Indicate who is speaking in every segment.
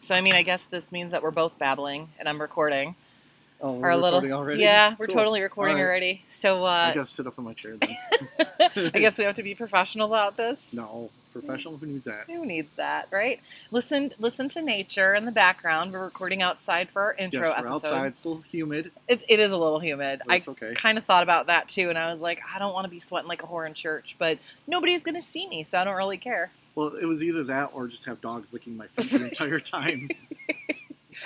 Speaker 1: So I mean, I guess this means that we're both babbling, and I'm recording.
Speaker 2: Oh, we're
Speaker 1: our
Speaker 2: recording
Speaker 1: little,
Speaker 2: already.
Speaker 1: yeah, we're
Speaker 2: Cool.
Speaker 1: totally recording
Speaker 2: All right.
Speaker 1: already. So
Speaker 2: I
Speaker 1: uh,
Speaker 2: gotta sit up on my chair. Then.
Speaker 1: I guess we have to be professional about this.
Speaker 2: no professional. Who needs that?
Speaker 1: Who needs that, right? Listen, listen to nature in the background. We're recording outside for our
Speaker 2: Yes,
Speaker 1: intro
Speaker 2: we're
Speaker 1: episode.
Speaker 2: outside. Still humid.
Speaker 1: It, it is a little humid.
Speaker 2: But
Speaker 1: I
Speaker 2: it's okay.
Speaker 1: kind of thought about that too, and I was like, I don't want to be sweating like a whore in church, but nobody's gonna see me, so I don't really care.
Speaker 2: Well, it was either that or just have dogs licking my feet the entire time.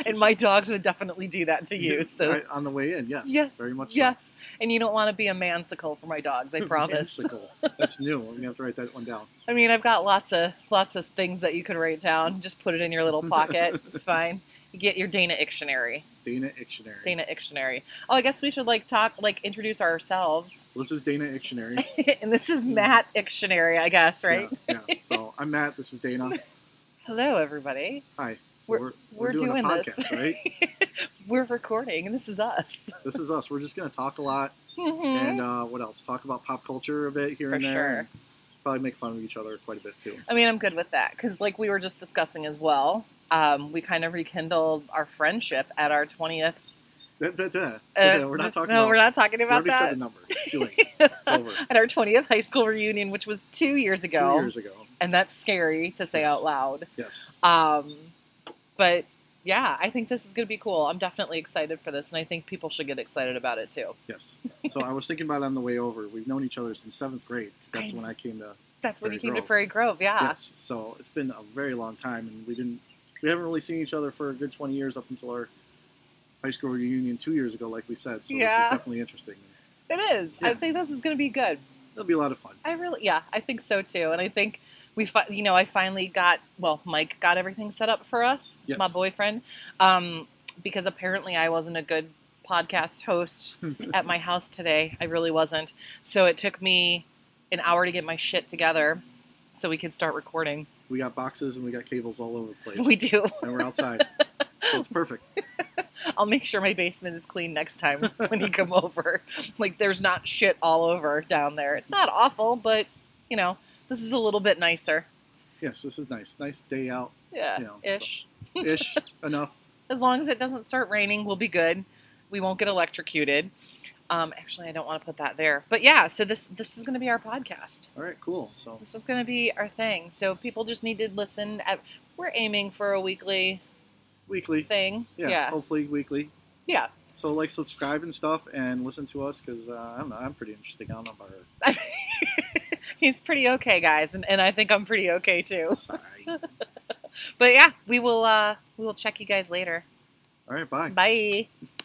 Speaker 1: And my dogs would definitely do that to you. So
Speaker 2: I- on the way in, yes,
Speaker 1: Yes.
Speaker 2: very much. so.
Speaker 1: Yes. And you don't want to be a mansicle for my dogs, I promise.
Speaker 2: Mansicle. That's new. I'm gonna have to write that one down.
Speaker 1: I mean, I've got lots of lots of things that you could write down. Just put it in your little pocket. it's fine. You get your Dana Dictionary.
Speaker 2: Dana Dictionary.
Speaker 1: Dana Dictionary. Oh, I guess we should like talk like introduce ourselves.
Speaker 2: Well, this is Dana Dictionary.
Speaker 1: and this is Matt Dictionary, I guess, right?
Speaker 2: Yeah, yeah. So I'm Matt. This is Dana.
Speaker 1: Hello everybody.
Speaker 2: Hi.
Speaker 1: We're- we're doing
Speaker 2: a
Speaker 1: this.
Speaker 2: podcast, right?
Speaker 1: We're recording and this is us.
Speaker 2: This is us. We're just gonna talk a lot
Speaker 1: Mhm.
Speaker 2: and uh, what else? Talk about pop culture a bit here
Speaker 1: For
Speaker 2: and there.
Speaker 1: sure.
Speaker 2: and probably make fun of each other quite a bit too.
Speaker 1: I mean, I'm good with that because, like we were just discussing as well, um, we kind of rekindled our friendship at our 20th.
Speaker 2: Da- da- da.
Speaker 1: uh,
Speaker 2: Da- da. we're not talking
Speaker 1: No,
Speaker 2: about.
Speaker 1: we're not talking
Speaker 2: we
Speaker 1: about
Speaker 2: already
Speaker 1: that.
Speaker 2: said the number. It's too late. It's over.
Speaker 1: At our 20th high school reunion, which was two years ago,
Speaker 2: Two years ago.
Speaker 1: and that's scary to say
Speaker 2: Yes.
Speaker 1: out loud.
Speaker 2: Yes.
Speaker 1: Um, but yeah, I think this is going to be cool. I'm definitely excited for this, and I think people should get excited about it too.
Speaker 2: Yes. So I was thinking about it on the way over. We've known each other since seventh grade. That's
Speaker 1: I-
Speaker 2: when I came to.
Speaker 1: That's when
Speaker 2: Prairie
Speaker 1: you came to
Speaker 2: Grove.
Speaker 1: Prairie Grove, yeah.
Speaker 2: Yes. So it's been a very long time, and we didn't. We haven't really seen each other for a good 20 years up until our high school reunion two years ago, like we said. So
Speaker 1: Yeah.
Speaker 2: this is definitely interesting.
Speaker 1: It is. I
Speaker 2: Yeah.
Speaker 1: think this is going to be good.
Speaker 2: It'll be a lot of fun.
Speaker 1: I really, yeah, I think so too. And I think we, fi- you know, I finally got, well, Mike got everything set up for us,
Speaker 2: Yes.
Speaker 1: my boyfriend, um, because apparently I wasn't a good podcast host
Speaker 2: Hmm.
Speaker 1: at my house today. I really wasn't. So it took me an hour to get my shit together so we could start recording.
Speaker 2: We got boxes and we got cables all over the place,
Speaker 1: We do.
Speaker 2: and we're outside. so it's perfect.
Speaker 1: I'll make sure my basement is clean next time when you come over. Like, there's not shit all over down there. It's not awful, but, you know, this is a little bit nicer.
Speaker 2: Yes, this is nice. Nice day out
Speaker 1: Yeah,
Speaker 2: Yeah, so-
Speaker 1: ish.
Speaker 2: ish enough.
Speaker 1: as long as it doesn't start raining, we'll be good. We won't get electrocuted. Um, actually, I don't want to put that there, but yeah. So this this is going to be our podcast.
Speaker 2: All right, cool. So
Speaker 1: This is going to be our thing. So people just need to listen. At, we're aiming for a weekly
Speaker 2: weekly,
Speaker 1: thing.
Speaker 2: yeah,
Speaker 1: yeah,
Speaker 2: hopefully weekly.
Speaker 1: Yeah.
Speaker 2: So like, subscribe and stuff, and listen to us because uh, I don't know, I'm pretty interesting. I don't know about her.
Speaker 1: He's pretty okay, guys, and, and I think I'm pretty okay too.
Speaker 2: Sorry.
Speaker 1: But yeah, we will uh, we will check you guys later.
Speaker 2: All right, bye.
Speaker 1: Bye.